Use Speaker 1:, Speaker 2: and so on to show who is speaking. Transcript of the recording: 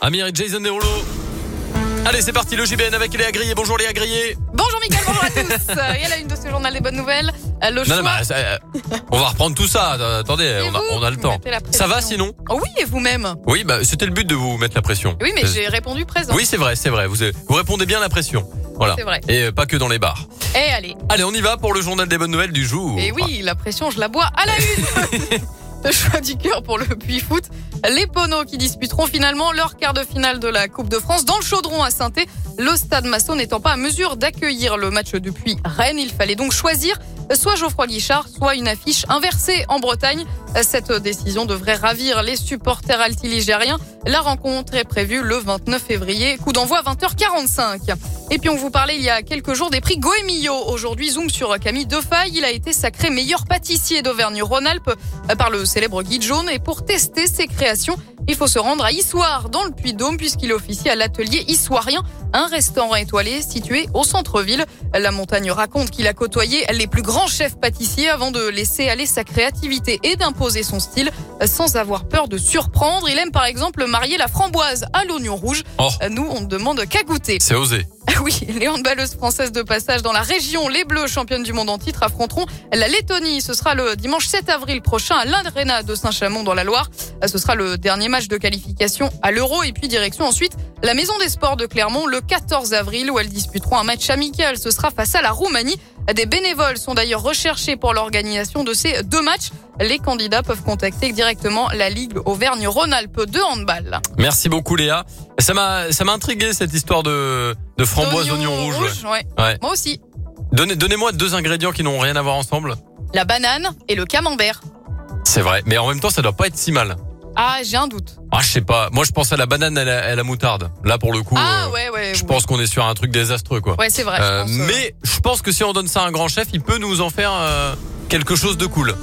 Speaker 1: Amir et Jason Derulo. Allez, c'est parti, le JBN avec Léa Grillé. Bonjour Léa Grillé.
Speaker 2: Bonjour Mickaël, bonjour à tous. Euh, Et à la une de ce journal des bonnes nouvelles, euh, le
Speaker 1: Non,
Speaker 2: choix...
Speaker 1: non, bah, ça, euh, on va reprendre tout ça. Euh, attendez,
Speaker 2: Et
Speaker 1: on a,
Speaker 2: vous
Speaker 1: on a le
Speaker 2: Vous
Speaker 1: temps.
Speaker 2: mettez la
Speaker 1: Ça va
Speaker 2: pression.
Speaker 1: sinon
Speaker 2: Oh oui, et vous-même
Speaker 1: Oui, bah, c'était le but de vous mettre la pression.
Speaker 2: Oui, mais
Speaker 1: Parce-
Speaker 2: j'ai répondu présent.
Speaker 1: Oui, c'est vrai, c'est vrai. Vous, euh, vous répondez bien à la pression. Voilà.
Speaker 2: C'est vrai.
Speaker 1: Et euh, pas que dans les bars.
Speaker 2: Eh allez,
Speaker 1: Allez, on y va pour le journal des bonnes nouvelles du jour. Ah,
Speaker 2: et Eh oui, la pression, je la bois à la une Le choix du cœur pour le Puy Foot. Les Poneaux qui disputeront finalement leur quart de finale de la Coupe de France dans le Chaudron à saint Le stade Masson n'étant pas à mesure d'accueillir le match depuis Rennes, il fallait donc choisir soit Geoffroy Guichard, soit une affiche inversée en Bretagne. Cette décision devrait ravir les supporters altiligériens. La rencontre est prévue le 29 février, coup d'envoi à 20h45. Et puis on vous parlait il y a quelques jours des prix Goemio. Aujourd'hui, zoom sur Camille Defaille. Il a été sacré meilleur pâtissier d'Auvergne-Rhône-Alpes euh, par le célèbre guide jaune. Et pour tester ses créations, il faut se rendre à Issoire, dans le Puy-Dôme, puisqu'il officie à l'atelier Issoirien, un restaurant étoilé situé au centre-ville. La montagne raconte qu'il a côtoyé les plus grands chefs pâtissiers avant de laisser aller sa créativité et d'imposer son style euh, sans avoir peur de surprendre. Il aime par exemple marier la framboise à l'oignon rouge. Euh,
Speaker 1: Oh.
Speaker 2: Nous, on ne demande qu'à goûter.
Speaker 1: C'est osé.
Speaker 2: Ah Oui, les handballeuses françaises de passage dans la région, les Bleus, championnes du monde en titre, affronteront la Lettonie. Ce sera le dimanche 7 avril prochain à l'Arena de Saint-Chamond dans la Loire. Ce sera le dernier match de qualification à l'Euro et puis direction ensuite la Maison des Sports de Clermont le 14 avril où elles disputeront un match amical. Ce sera face à la Roumanie. Des bénévoles sont d'ailleurs recherchés pour l'organisation de ces deux matchs. Les candidats peuvent contacter directement la Ligue Auvergne-Rhône-Alpes de handball.
Speaker 1: Merci beaucoup Léa. Ça m'a ça m'a intrigué cette histoire de de framboise oignon,
Speaker 2: D'oignons
Speaker 1: rouge. ouais.
Speaker 2: rouges, ouais.
Speaker 1: Ouais.
Speaker 2: Moi aussi.
Speaker 1: Donnez donnez-moi deux ingrédients qui n'ont rien à voir ensemble.
Speaker 2: la banane et le camembert.
Speaker 1: C'est vrai, mais en même temps ça doit pas être si mal.
Speaker 2: Ah, j'ai un doute.
Speaker 1: Ah, je sais pas. Moi je pense à la banane et à la, à la moutarde. Là pour le coup,
Speaker 2: ah
Speaker 1: euh,
Speaker 2: ouais, ouais.
Speaker 1: je
Speaker 2: ouais.
Speaker 1: pense qu'on est sur un truc désastreux quoi.
Speaker 2: Ouais, c'est vrai.
Speaker 1: Euh,
Speaker 2: je pense, euh,
Speaker 1: mais je pense que si on donne ça à un grand chef, il peut nous en faire euh, quelque chose de cool.